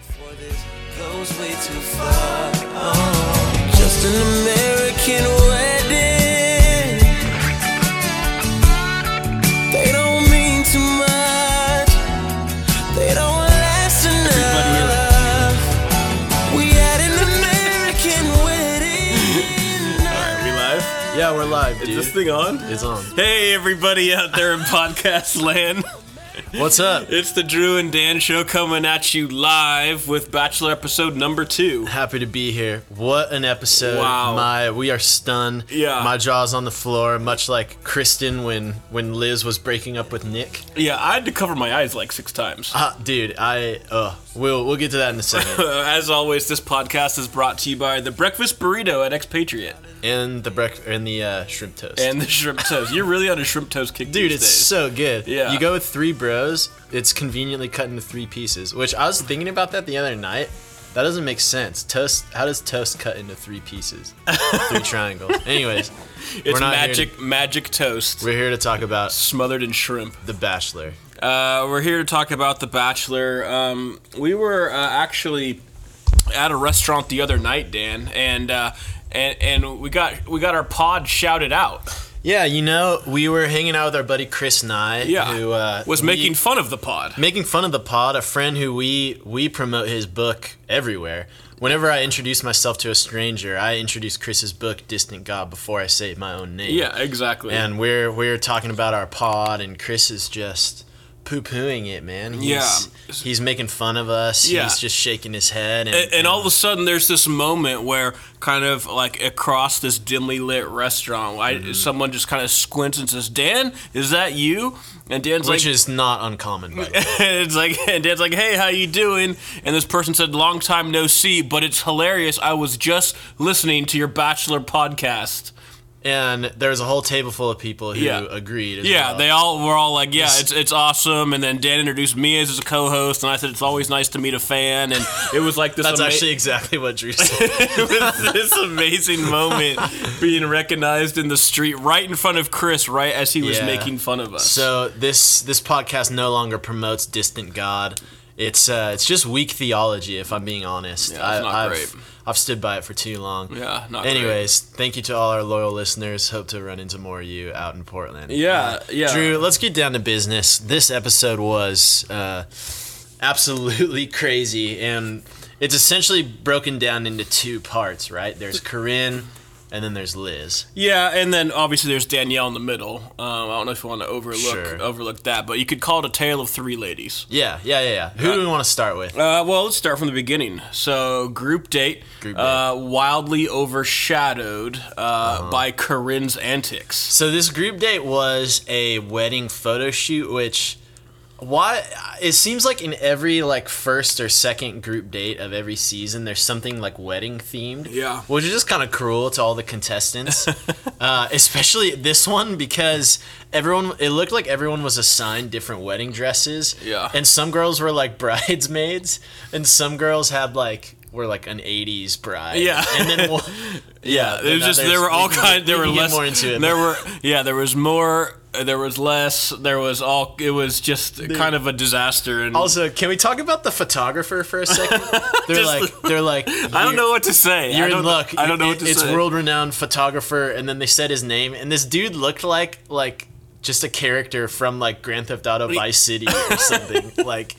For this goes way too far. Oh, just an American wedding. They don't mean too much. They don't last enough. We had an American wedding. Are we live? Yeah, we're live, Is dude. this thing on? It's on. Hey, everybody out there in podcast land. What's up? It's the Drew and Dan show coming at you live with Bachelor episode number two. Happy to be here. What an episode! Wow. My, we are stunned. Yeah. My jaw's on the floor, much like Kristen when when Liz was breaking up with Nick. Yeah, I had to cover my eyes like six times. Ah, dude, I uh, we'll we'll get to that in a second. Uh, as always, this podcast is brought to you by the Breakfast Burrito at Expatriate and the break and the uh, shrimp toast. and the Shrimp Toast. You're really on a Shrimp Toast kick Dude, these it's days. so good. Yeah. You go with three bros, it's conveniently cut into three pieces, which I was thinking about that the other night. That doesn't make sense. Toast, how does toast cut into three pieces? three triangles. Anyways, It's not here to- magic, magic toast we're here to talk about smothered in shrimp. The Bachelor. Uh, we're here to talk about The Bachelor. Um, we were uh, actually at a restaurant the other night, Dan, and uh, and and we got we got our pod shouted out. Yeah, you know, we were hanging out with our buddy Chris Nye, Yeah, who uh, was we- making fun of the pod. making fun of the pod. A friend who we we promote his book everywhere. Whenever I introduce myself to a stranger, I introduce Chris's book, Distant God, before I say my own name. Yeah, exactly. and we're we're talking about our pod, and Chris is just poo pooing it, man. He's, Yeah. he's making fun of us. Yeah. he's just shaking his head, and, and, and all of a sudden there's this moment where kind of like across this dimly lit restaurant I, Mm-hmm. someone just kind of squints and says dan is that you and dan's which like is not uncommon. By the way. and it's like and dan's like hey how you doing and this person said long time no see but it's hilarious i was just listening to your bachelor podcast And there's a whole table full of people who Yeah. agreed. As yeah well. they all were all like yeah it's it's awesome and then dan introduced me as a co-host and i said it's always nice to meet a fan and it was like this That's ama- actually exactly what Drew said. It was this amazing moment being recognized in the street right in front of Chris right as he was Yeah. making fun of us. so this this podcast no longer promotes distant God. It's uh, it's just weak theology, if I'm being honest. Yeah, it's not I've, great. I've stood by it for too long. Yeah, not great. Anyways, thank you to all our loyal listeners. Hope to run into more of you out in Portland. Uh, Yeah, yeah. Drew, let's get down to business. This episode was uh, absolutely crazy, and it's essentially broken down into two parts. Right? There's Corinne, and then there's Liz. Yeah, and then obviously there's Danielle in the middle. Um, I don't know if you want to overlook Sure. overlook that, but you could call it a tale of three ladies. Yeah, yeah, yeah. yeah. Who do we want to start with? Uh, well, let's start from the beginning. So, group date, Group Uh, wildly overshadowed uh, Uh-huh. by Corinne's antics. So this group date was a wedding photo shoot, which why it seems like in every like first or second group date of every season, there's something like wedding themed. Yeah. which is just kind of cruel to all the contestants, uh, especially this one because everyone it looked like everyone was assigned different wedding dresses. Yeah. and some girls were like bridesmaids, and some girls had like were like an '80s bride. Yeah. and then one, yeah, It was no, just there's- there were all we can kind. get- There we were can get less. more into it. There were yeah. There was more. uh, There was less. There was all. It was just kind of a disaster. And Also, can we talk about the photographer for a second? They're like, they're like, I don't know what to say. You're I don't, in luck. I don't know what to it's say. world-renowned photographer, and then they said his name, and this dude looked like like just a character from like Grand Theft Auto Vice City or something. like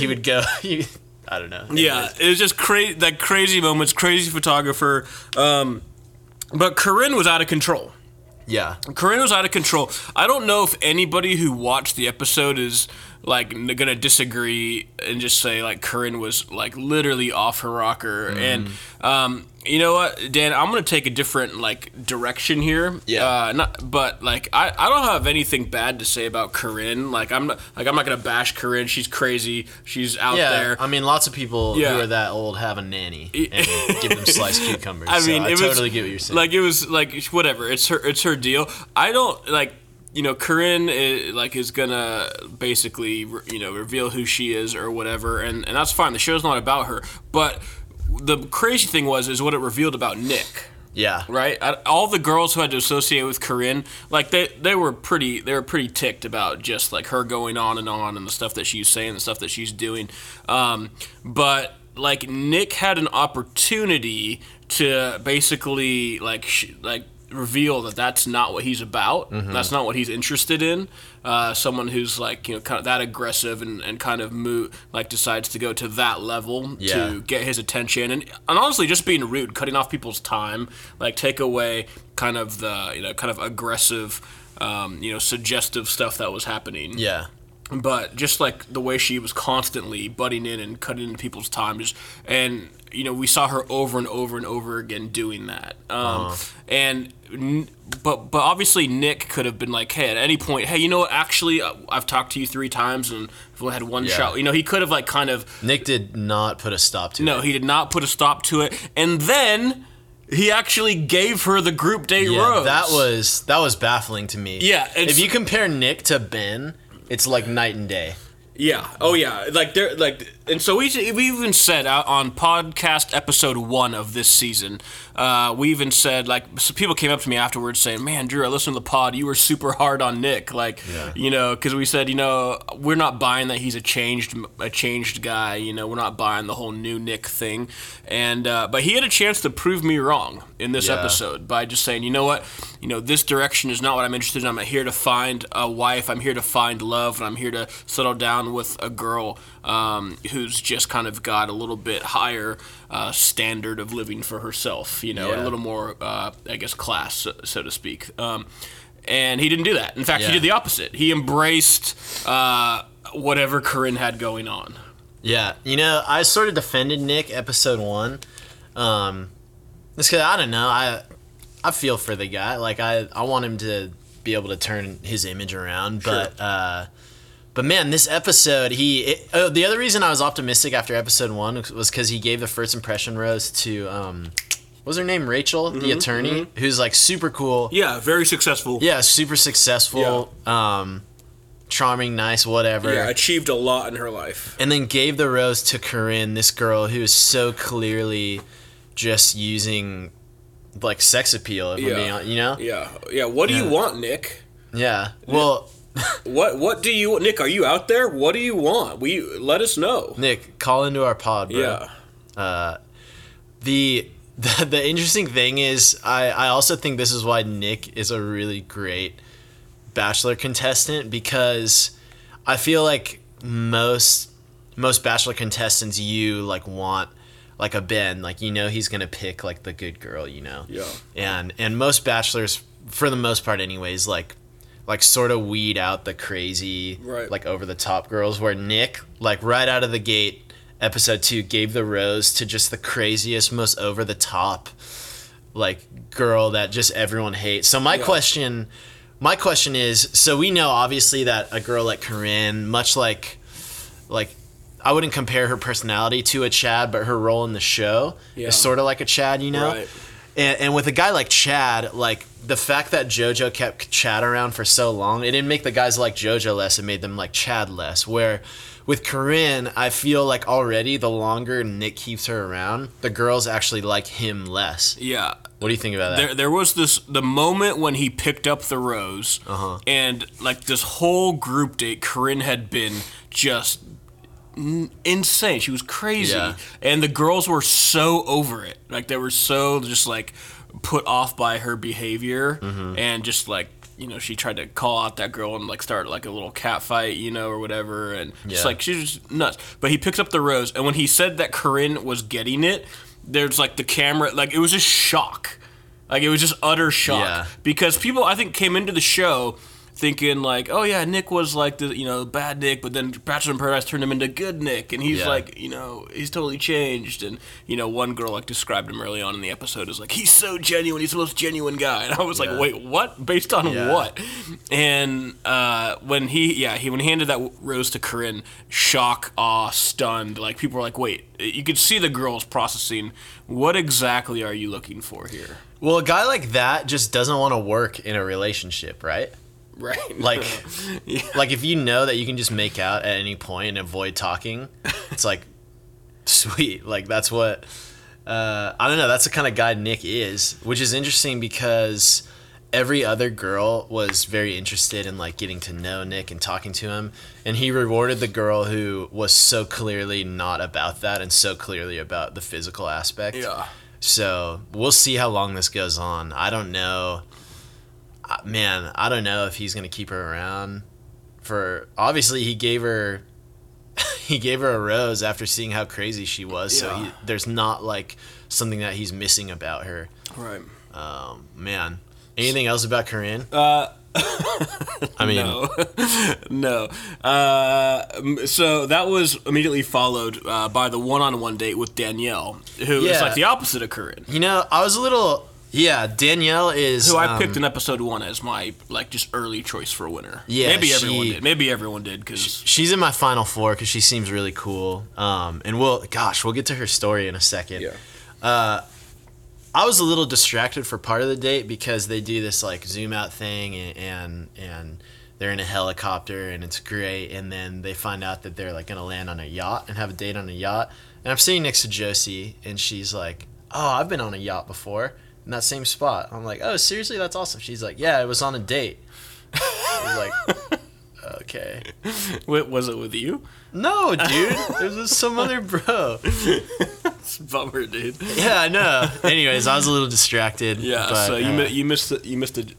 he would go, he, I don't know. Yeah, it was just crazy. That crazy moments, crazy photographer. Um, but Corinne was out of control. yeah. Corinne was out of control. I don't know if anybody who watched the episode is like n- gonna disagree and just say like Corinne was like literally off her rocker. Mm-hmm. And um, you know what, Dan, I'm gonna take a different like direction here. Yeah. Uh, not, but like I, I don't have anything bad to say about Corinne. Like I'm not like I'm not gonna bash Corinne. She's crazy. She's out Yeah, there. I mean, lots of people Yeah. who are that old have a nanny and give them sliced cucumbers. I mean, mean, so I it was- totally get what you're saying. Like it was like whatever. It's her. It's her deal. I don't like. You know, Corinne is, like is gonna basically you know reveal who she is or whatever, and and that's fine. The show's not about her. But the crazy thing was is what it revealed about Nick. Yeah. right? I, all the girls who had to associate with Corinne, like they they were pretty they were pretty ticked about just like her going on and on and the stuff that she's saying, the stuff that she's doing. Um, but like Nick had an opportunity to basically like sh- like reveal that that's not what he's about. Mm-hmm. That's not what he's interested in. Uh, someone who's like you know kind of that aggressive and, and kind of mo- like decides to go to that level Yeah. to get his attention and, and honestly just being rude cutting off people's time like take away kind of the you know kind of aggressive um, you know suggestive stuff that was happening Yeah. but just like the way she was constantly butting in and cutting into people's time just and you know we saw her over and over and over again doing that um, Uh-huh. and n- but but obviously nick could have been like hey at any point hey you know what actually I- i've talked to you three times and i've only had one Yeah. shot you know he could have like kind of Nick did not put a stop to it. no, he did not put a stop to it. And then he actually gave her the group date Yeah, rose. that was that was baffling to me. Yeah, it's- If you compare Nick to Ben, it's like night and day. yeah. Oh yeah, like they're like, and so we we even said out on podcast episode one of this season, uh, we even said like so people came up to me afterwards saying, "Man, Drew, I listened to the pod. You were super hard on Nick, like you know, because we said you know we're not buying that he's a changed a changed guy. You know, we're not buying the whole new Nick thing, and uh, but he had a chance to prove me wrong in this Yeah. episode. episode by just saying, you know what, you know, this direction is not what I'm interested in. I'm here to find a wife. I'm here to find love, and I'm here to settle down with a girl um, who's just kind of got a little bit higher uh, standard of living for herself. You know, Yeah. a little more, uh, I guess, class, so, so to speak. Um, and he didn't do that. In fact, Yeah. he did the opposite. He embraced uh, whatever Corinne had going on. Yeah, you know, I sort of defended Nick episode one. Um, it's because I don't know. I I feel for the guy. Like I I want him to be able to turn his image around, but uh, but man, this episode he. It, oh, the other reason I was optimistic after episode one was because he gave the first impression rose to um, what was her name Rachel, Mm-hmm, the attorney, who's like super cool. Yeah, very successful. Yeah, super successful. Um, charming, nice, whatever achieved a lot in her life. and then gave the rose to Corinne, this girl who is so clearly just using like sex appeal. If I'm Yeah. being hon- you know, yeah. Yeah, yeah. What do Yeah. you want, Nick? Well, What what do you Nick? Are you out there? What do you want? We let us know. Nick, call into our pod, bro. Yeah, Uh, The, the the interesting thing is, I I also think this is why Nick is a really great bachelor contestant because I feel like most most bachelor contestants you like want like a Ben like you know he's gonna pick like the good girl you know Yeah. and and most bachelors for the most part anyways like like sort of weed out the crazy Right. like over the top girls where Nick like right out of the gate episode two gave the rose to just the craziest most over the top like girl that just everyone hates. So my question, my question is, so we know obviously that a girl like Corinne, much like, like, I wouldn't compare her personality to a Chad, but her role in the show Yeah. is sort of like a Chad, you know. Right. And, and with a guy like Chad, like the fact that JoJo kept Chad around for so long, it didn't make the guys like JoJo less, it made them like Chad less. Where with Corinne, I feel like already the longer Nick keeps her around, the girls actually like him less. yeah. What do you think about that? There, there was this the moment when he picked up the rose, Uh-huh. and like this whole group date, Corinne had been just n- insane. She was crazy, Yeah. and the girls were so over it. Like they were so just like put off by her behavior, Mm-hmm. and just like you know she tried to call out that girl and like start like a little cat fight, you know, or whatever, and Yeah. just like she's just nuts. But he picks up the rose, and when he said that Corinne was getting it, there's like the camera, like it was just shock. Like it was just utter shock Yeah. because people I think came into the show thinking like, oh yeah, Nick was like the you know bad Nick, but then Bachelor in Paradise turned him into good Nick, and he's Yeah. like you know he's totally changed. And you know one girl like described him early on in the episode as like he's so genuine, he's the most genuine guy, and I was Yeah. like, wait, what? Based on Yeah. what? And uh, when he yeah he when he handed that w- rose to Corinne, shock, awe, stunned, like people were like, wait, you could see the girls processing. What exactly are you looking for here? Well, a guy like that just doesn't want to work in a relationship, right? Right. Like, Yeah. like if you know that you can just make out at any point and avoid talking, it's like, sweet. Like that's what uh, I don't know. That's the kind of guy Nick is, which is interesting because every other girl was very interested in like getting to know Nick and talking to him, and he rewarded the girl who was so clearly not about that and so clearly about the physical aspect. Yeah. So we'll see how long this goes on. I don't know. Uh, Man, I don't know if he's gonna keep her around. For obviously, he gave her he gave her a rose after seeing how crazy she was. So Yeah. he, there's not like something that he's missing about her. Right. Um, man, anything else about Corinne? Uh, I mean, No. Uh, m- so that was immediately followed uh, by the one-on-one date with Danielle, who is Yeah. like the opposite of Corinne, you know, I was a little. Yeah, Danielle is. who I um, picked in episode one as my like just early choice for a winner. Yeah, Maybe she- everyone did. Maybe everyone did because She's in my final four because she seems really cool. Um, and we'll, gosh, we'll get to her story in a second. Yeah. Uh, I was a little distracted for part of the date because they do this like zoom out thing and and, and they're in a helicopter and it's great. And then they find out that they're like going to land on a yacht and have a date on a yacht. And I'm sitting next to Josie and she's like, Oh, I've been on a yacht before in that same spot. I'm like, Oh, seriously? That's awesome. She's like, Yeah, it was on a date. I was like, Okay. Wait, was it with you? No, dude. It was with some other bro. It's a bummer, dude. Yeah, I know. Anyways, I was a little distracted. Yeah. but, so you uh, mi- you missed the, you missed the.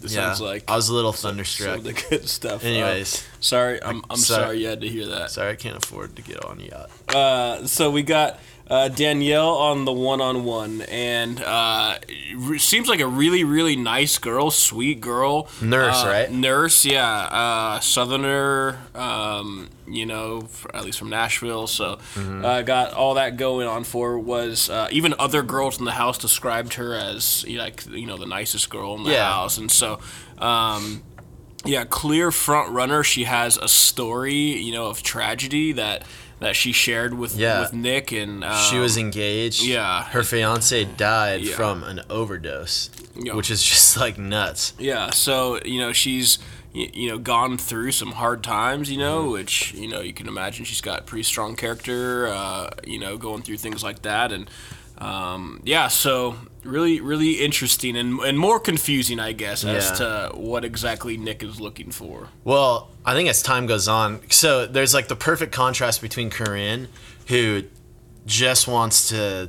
This yeah, sounds like I was a little some thunderstruck. of the good stuff. Uh, Anyways. sorry, I'm I'm Sorry. sorry. you had to hear that. Sorry, I can't afford to get on a yacht. Uh, so we got uh, Danielle on the one on one, and uh, re- seems like a really really nice girl, sweet girl, Nurse, Uh, right? Nurse, yeah, uh, Southerner, um, you know, f at least from Nashville. So Mm-hmm. uh, got all that going on for her. was uh, even other girls in the house described her as you know, like you know the nicest girl in the Yeah. house, and so. Um, yeah, clear front runner. She has a story, you know, of tragedy that that she shared with Yeah. with Nick, and um, She was engaged. yeah. Her fiance died Yeah. from an overdose, Yeah. which is just like nuts. yeah. So you know, she's y- you know gone through some hard times, you know, Mm-hmm. which you know you can imagine she's got pretty strong character, uh, you know, going through things like that, and um, yeah, so really really interesting and and more confusing, I guess, as Yeah. to what exactly Nick is looking for. Well, I think as time goes on, so there's like the perfect contrast between Corinne, who just wants to,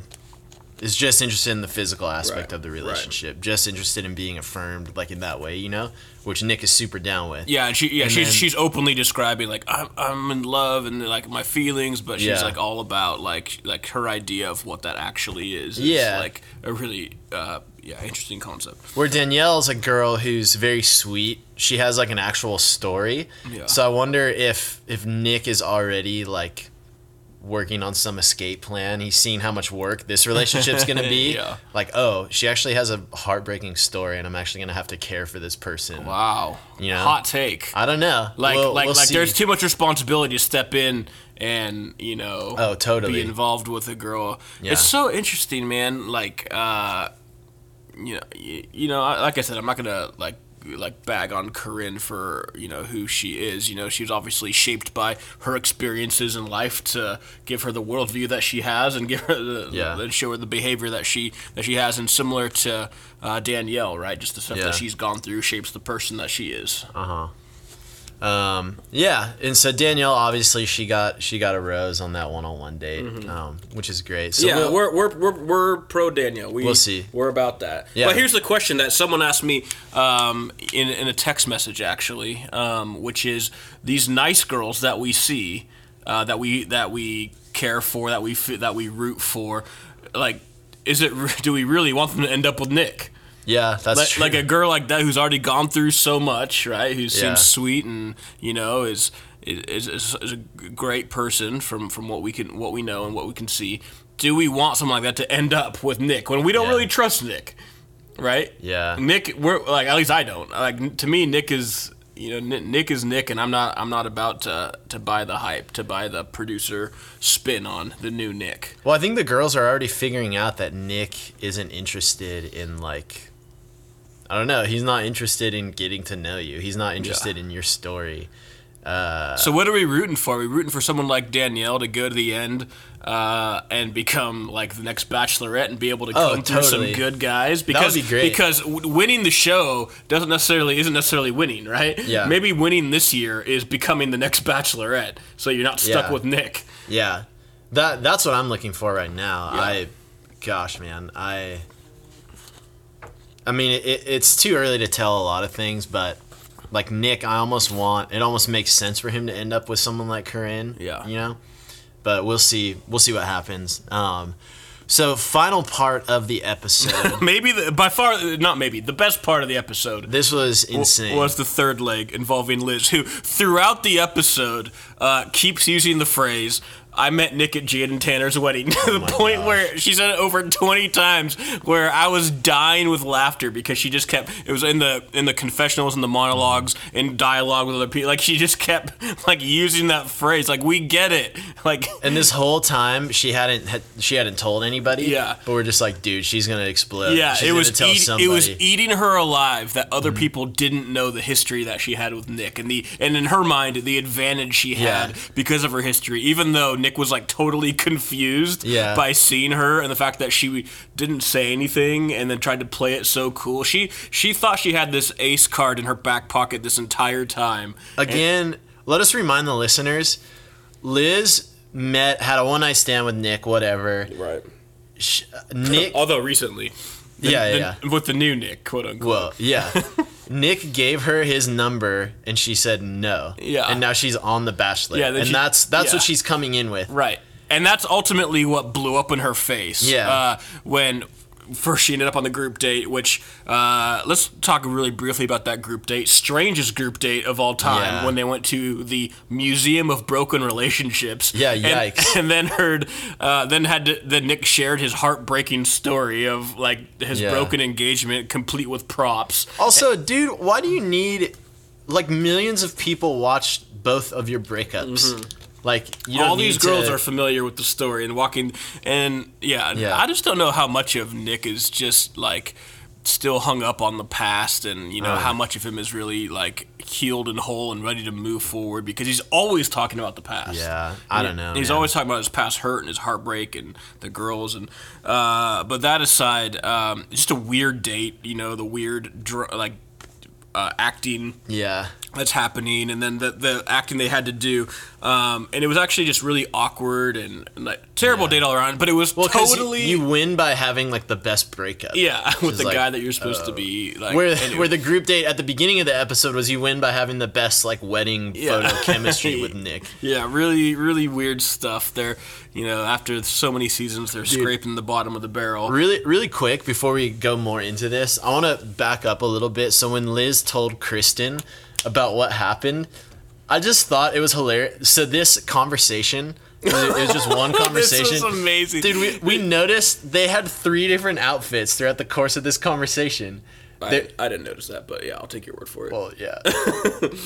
is just interested in the physical aspect Right, of the right. relationship, just interested in being affirmed, like in that way, you know, which Nick is super down with. Yeah, and she yeah And she's then- she's openly describing like I'm I'm in love and like my feelings, but she's Yeah. like all about like like her idea of what that actually is. is Yeah. like a really uh, yeah interesting concept. Where Danielle's a girl who's very sweet. She has like an actual story. Yeah. So I wonder if if Nick is already like working on some escape plan. He's seen how much work this relationship's going to be. Yeah. Like, oh, she actually has a heartbreaking story and I'm actually going to have to care for this person. Wow, You know? hot take. I don't know. like We'll- like we'll like see. there's too much responsibility to step in and you know Oh, totally. be involved with a girl. Yeah. It's so interesting, man. Like uh, you know you, you know I- like I said, I'm not gonna like like bag on Corinne for you know who she is. You know she was obviously shaped by her experiences in life to give her the worldview that she has and give her the, Yeah. and show her the behavior that she that she has and similar to uh, Danielle, right? Just the stuff Yeah. that she's gone through shapes the person that she is. Um, yeah, and so Danielle obviously she got she got a rose on that one-on-one date, um, which is great. So Mm-hmm. yeah, we'll- we're, we're, we're, we're pro Daniel. We, We'll see. We're about that. Yeah. But here's the question that someone asked me um, in, in a text message, actually, um, which is these nice girls that we see, uh, that we that we care for, that we f- that we root for, like, is it re- do we really want them to end up with Nick? yeah, that's like, true. like a girl like that who's already gone through so much, right? Who Yeah. seems sweet and you know is is, is is a great person from from what we can what we know and what we can see. Do we want someone like that to end up with Nick when we don't Yeah. really trust Nick, right? Yeah. Nick, we're like at least I don't. Like to me, Nick is you know Nick, Nick is Nick, and I'm not I'm not about to to buy the hype, to buy the producer spin on the new Nick. Well, I think the girls are already figuring out that Nick isn't interested in like I don't know, he's not interested in getting to know you. He's not interested in your story. So what are we rooting for? Are we rooting for someone like Danielle to go to the end uh, and become like the next Bachelorette and be able to Oh, come through some totally. good guys? Because be great. because w- winning the show doesn't necessarily isn't necessarily winning, right? Yeah. Maybe winning this year is becoming the next Bachelorette, so you're not stuck Yeah. with Nick. Yeah, that that's what I'm looking for right now. Yeah. I, gosh, man, I. I mean, it, it's too early to tell a lot of things, but like Nick, I almost want it. Almost makes sense for him to end up with someone like Corinne. Yeah. you know, but we'll see. We'll see what happens. Um, so final part of the episode. Maybe the, by far not maybe the best part of the episode this was insane. was the third leg involving Liz, who throughout the episode uh, keeps using the phrase. I met Nick at Jade and Tanner's wedding to the Oh my point gosh. where she said it over 20 times where I was dying with laughter because she just kept it was in the in the confessionals and the monologues in dialogue with other people like she just kept like using that phrase like we get it like and this whole time she hadn't had, she hadn't told anybody. Yeah. but we're just like, dude, she's gonna explode. yeah She's it gonna was tell eat, it was somebody. Mm-hmm. eating her alive that other people didn't know the history that she had with Nick and the and in her mind the advantage she Yeah. had because of her history even though Nick was like totally confused Yeah. by seeing her and the fact that she didn't say anything and then tried to play it so cool she she thought she had this ace card in her back pocket this entire time Again, let us remind the listeners Liz met, had a one night stand with Nick, whatever. right Sh- Nick, although recently The- yeah, the- yeah. yeah. with the new Nick quote unquote Well, yeah. Nick gave her his number and she said no. Yeah. And now she's on The Bachelor. Yeah, then and she- that's that's what yeah. she's coming in with. Right. And that's ultimately what blew up in her face. Yeah. Uh, when first she ended up on the group date, which uh, let's talk really briefly about that group date. Strangest group date of all time Yeah. when they went to the Museum of Broken Relationships. Yeah, And- yikes. And, then heard, uh, then had to, then Nick shared his heartbreaking story of like his Yeah. broken engagement, complete with props. Also, dude, why do you need like millions of people watched both of your breakups? Like you don't Mm-hmm. all these need girls to- are familiar with the story and walking and yeah, Yeah. i just don't know how much of nick is just like still hung up on the past and you know how much of him is really like healed and whole and ready to move forward because he's always talking about the past Yeah, I don't know. He's man. always talking about his past hurt and his heartbreak and the girls and. Uh, but that aside, um, just a weird date. You know the weird dr- like uh, acting Yeah. that's happening and then the, the acting they had to do um, and it was actually just really awkward and, and, like terrible date all around but it was Well, 'cause you- totally you win by having like the best breakup. yeah with is the like, uh, guy that you're supposed to be like where anyway. where the group date at the beginning of the episode was you win by having the best like wedding Yeah. photo chemistry with Nick. yeah really really weird stuff they're you know after so many seasons they're scraping the bottom of the barrel Really, really quick before we go more into this, I want to back up a little bit. So when Liz told Kristen about what happened, I just thought it was hilarious. So this conversation, it was it was just one conversation. this was amazing Dude, we, we noticed they had three different outfits throughout the course of this conversation. I, They- I didn't notice that but yeah i'll take your word for it Well, yeah.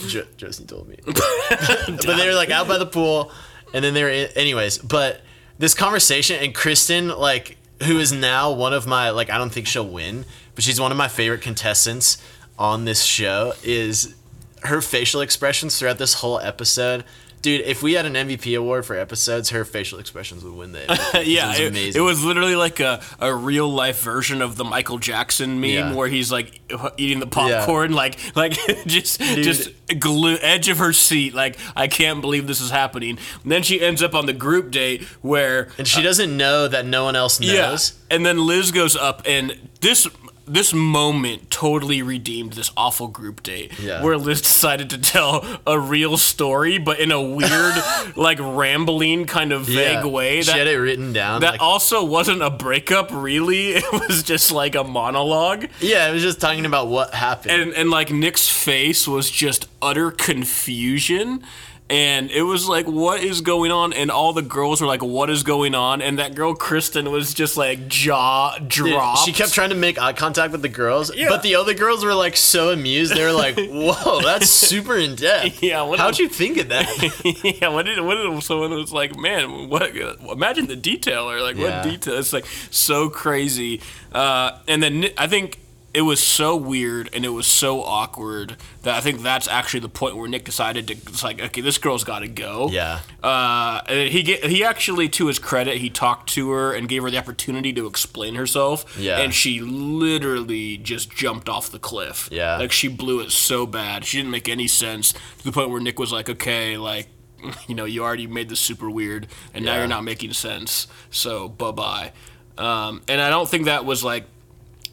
jo- Josie told me. but they were like out by the pool, and then they were, in- anyways. But this conversation and Kristen, like, who is now one of my like, I don't think she'll win, but she's one of my favorite contestants on this show. Is her facial expressions throughout this whole episode. Dude, if we had an MVP award for episodes, her facial expressions would win the MVP. it yeah, was it, amazing. it was literally like a, a real life version of the Michael Jackson meme Yeah. where he's like eating the popcorn, like like just just glue edge of her seat, like I can't believe this is happening. And then she ends up on the group date where and she doesn't know that no one else knows. uh, yeah. And then Liz goes up, and this this moment totally redeemed this awful group date Yeah. where Liz decided to tell a real story, but in a weird, like rambling kind of Yeah. vague way. she had it written down. That like- also wasn't a breakup, really. It was just like a monologue. yeah, it was just talking about what happened. And, and like Nick's face was just utter confusion. And it was like, what is going on? And all the girls were like, what is going on? And that girl, Kristen, was just like jaw Dude, dropped. She kept trying to make eye contact with the girls, Yeah. but the other girls were like so amused. They were like, "Whoa, that's super in depth." Yeah, what how'd a- you think of that? yeah, what did what did someone was like, man, what? Imagine the detail or like Yeah. what detail? It's like so crazy. Uh, and then Ni- I think it was so weird and it was so awkward that I think that's actually the point where Nick decided to it's like, okay, this girl's got to go. Yeah. Uh, and he get, he actually, to his credit, he talked to her and gave her the opportunity to explain herself. Yeah. And she literally just jumped off the cliff. Yeah. Like she blew it so bad. She didn't make any sense to the point where Nick was like, okay, like. You know, you already made this super weird, and now Yeah. you're not making sense. So, bye bye. Um, and I don't think that was like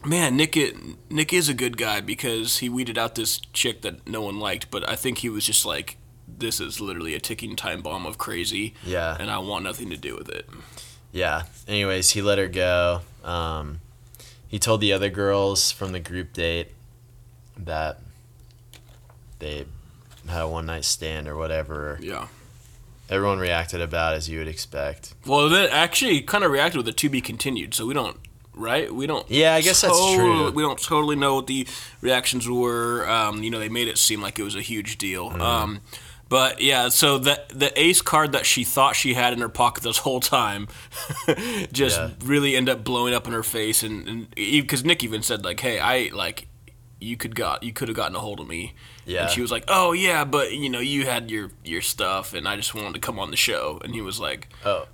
Man, Nick i- Nick is a good guy because he weeded out this chick that no one liked, but I think he was just like this is literally a ticking time bomb of crazy. Yeah. And I want nothing to do with it. yeah. Anyways, he let her go. Um, he told the other girls from the group date that they had a one night stand or whatever. Yeah. Everyone reacted about as you would expect. Well, then actually kind of reacted with a to be continued, so we don't right? We don't Yeah, I guess that's tot- true. We don't totally know what the reactions were. Um, you know, they made it seem like it was a huge deal. Mm. Um but yeah, so the the ace card that she thought she had in her pocket this whole time just Yeah. really end up blowing up in her face, and because Nick even said like, "Hey, I like you could got you could have gotten a hold of me." Yeah. And she was like, "Oh yeah, but you know you had your your stuff, and I just wanted to come on the show." And he was like, Oh.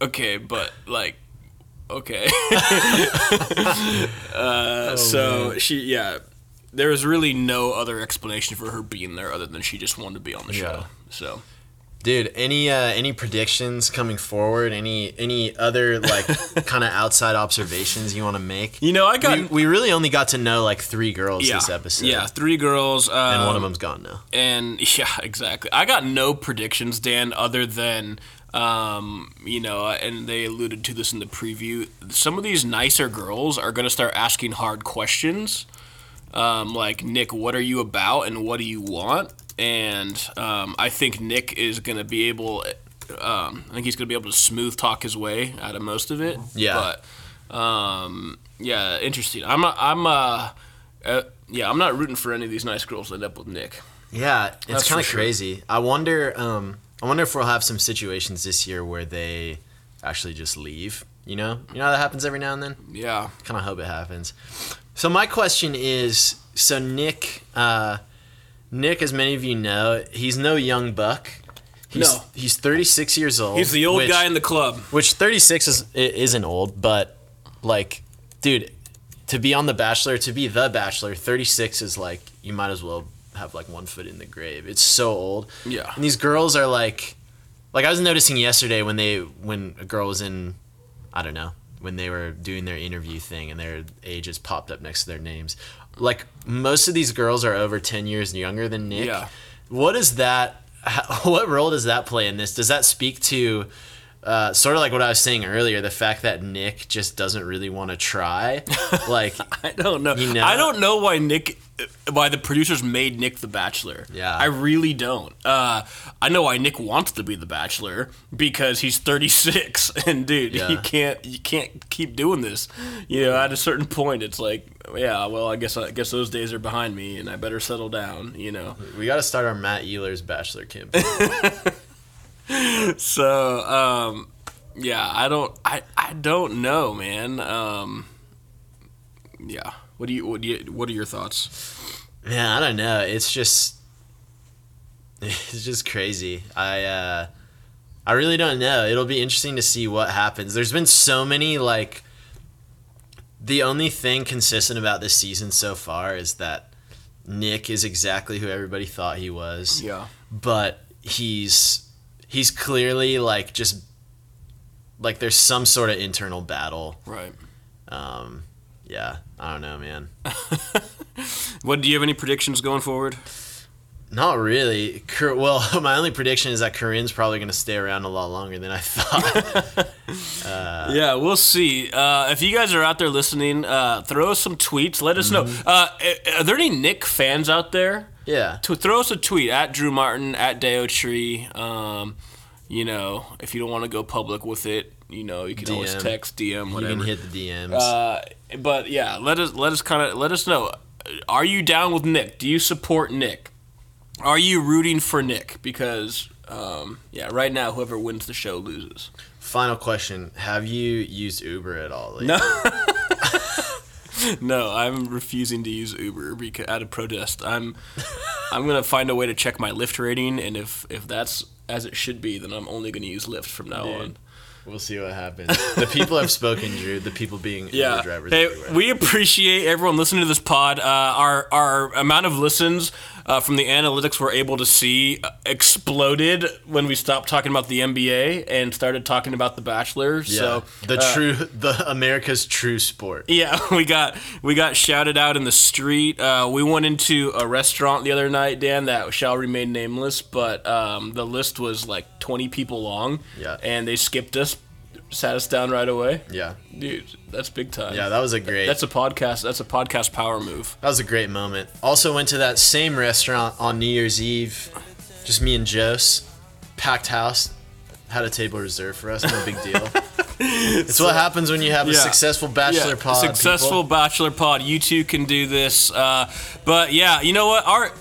okay, but like, okay. Oh, uh, so she, yeah, there was really no other explanation for her being there other than she just wanted to be on the Yeah. show. So Dude, any uh, any predictions coming forward? Any any other like kind of outside observations you want to make? you know, I got we, we really only got to know like three girls yeah, this episode. yeah, three girls, um, and one of them's gone now. and yeah, exactly. I got no predictions, Dan, other than. Um, you know, and they alluded to this in the preview. Some of these nicer girls are gonna start asking hard questions. um, like Nick, what are you about and what do you want? And um, I think Nick is gonna be able. Um, I think he's gonna be able to smooth talk his way out of most of it. Yeah. But um, yeah, interesting. I'm a, I'm uh uh, yeah, I'm not rooting for any of these nice girls that end up with Nick. Yeah, That's it's for kind of sure. crazy. I wonder. Um, I wonder if we'll have some situations this year where they actually just leave. You know, you know how that happens every now and then. Yeah. Kind of hope it happens. So my question is: So Nick, uh, Nick, as many of you know, he's no young buck. He's, No. he's 36 years old. He's the old which- guy in the club. Which 36 is i- isn't old, but like, dude, to be on The Bachelor, to be The Bachelor, 36 is like you might as well have like one foot in the grave. It's so old. Yeah. And these girls are like, like I was noticing yesterday when they when a girl was in, I don't know, when they were doing their interview thing and their ages popped up next to their names. Like most of these girls are over 10 years younger than Nick. Yeah. What is that? how- What role does that play in this? Does that speak to uh, sort of like what I was saying earlier, the fact that Nick just doesn't really want to try? Like, I don't know. You know? I don't know why Nick, why the producers made Nick the Bachelor. Yeah. I really don't. Uh, I know why Nick wants to be the Bachelor because he's 36, and dude, Yeah. you can't you can't keep doing this. You know, at a certain point, it's like, yeah, well, I guess I guess those days are behind me, and I better settle down. You know. we got to start our Matt Ehlers Bachelor campaign. So, um, yeah, I don't, I, I don't know, man. Um, yeah. What do you, what do you, what are your thoughts? Man, I don't know. It's just it's just crazy. I uh I really don't know. It'll be interesting to see what happens. There's been so many like the only thing consistent about this season so far is that Nick is exactly who everybody thought he was Yeah. but he's he's clearly like just like there's some sort of internal battle. Right. Um yeah, I don't know, man. What do you have any predictions going forward? Not really. Cor- well, my only prediction is that Corinne's probably going to stay around a lot longer than I thought. Uh, yeah, we'll see. Uh, if you guys are out there listening, uh, throw us some tweets. Let us know. Mm-hmm. Uh, a- are there any Nick fans out there? yeah. To throw us a tweet at Drew Martin at Deo Tree. Um, you know, if you don't want to go public with it, you know, you can always DM. text, DM, You whatever. can hit the DMs. Uh, but yeah, let us let us kind of let us know. Are you down with Nick? Do you support Nick? Are you rooting for Nick? Because um, yeah, right now whoever wins the show loses. Final question: Have you used Uber at all? lately? No. No, I'm refusing to use Uber because out of protest. I'm I'm gonna find a way to check my Lyft rating, and if if that's as it should be, then I'm only gonna use Lyft from now Dude. on. We'll see what happens. The people have spoken, Drew. The people being Yeah. Uber drivers Hey, everywhere. we appreciate everyone listening to this pod. Uh, our our amount of listens uh, from the analytics we're able to see uh, exploded when we stopped talking about the NBA and started talking about The Bachelor. yeah. So uh, the true, the America's true sport. Yeah, we got we got shouted out in the street. Uh, we went into a restaurant the other night, Dan, that shall remain nameless, but um, the list was like 20 people long. Yeah. And they skipped us, sat us down right away. Yeah, Dude, that's big time. yeah, that was a great. that's a podcast. That's a podcast power move. That was a great moment. Also went to that same restaurant on New Year's Eve. Just me and Jose. Packed house. Had a table reserved for us. No big deal. it's what happens when you have a Yeah. successful bachelor Yeah, pod. Successful bachelor pod. You two can do this. Uh, but yeah, you know what? Our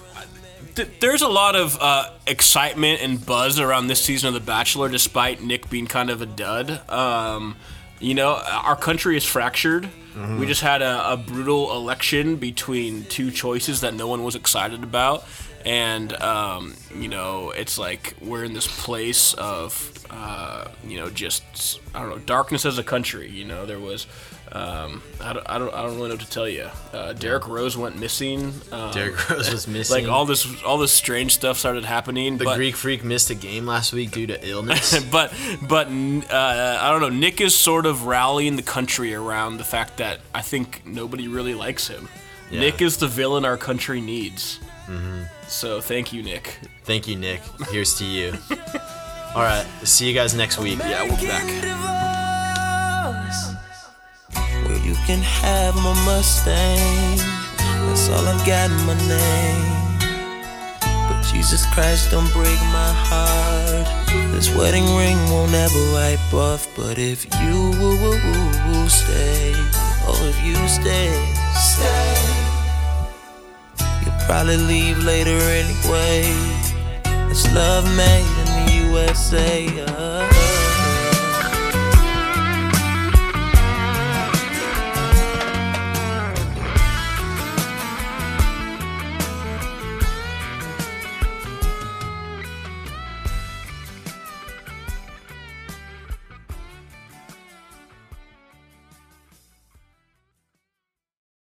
th- there's a lot of uh, excitement and buzz around this season of The Bachelor, despite Nick being kind of a dud. Um, you know, our country is fractured. Mm-hmm. We just had a, a brutal election between two choices that no one was excited about. And, um, you know, it's like we're in this place of, uh, you know, just, I don't know, darkness as a country. You know, there was. Um, I, don't, I, don't, I don't really know what to tell you. Uh, Derek Rose went missing. Um, Derek Rose was missing. like all this all this strange stuff started happening the but, Greek freak missed a game last week due to illness. but but uh, i don't know nick is sort of rallying the country around the fact that i think nobody really likes him Yeah. nick is the villain our country needs so thank you nick Thank you, Nick. Here's to you. All right. See you guys next week. Yeah, we'll be back. Divorce. Well, you can have my Mustang. That's all I've got in my name. But Jesus Christ, don't break my heart. This wedding ring won't ever wipe off. But if you stay, oh, if you stay, stay, you'll probably leave later anyway. It's love made in the USA. uh.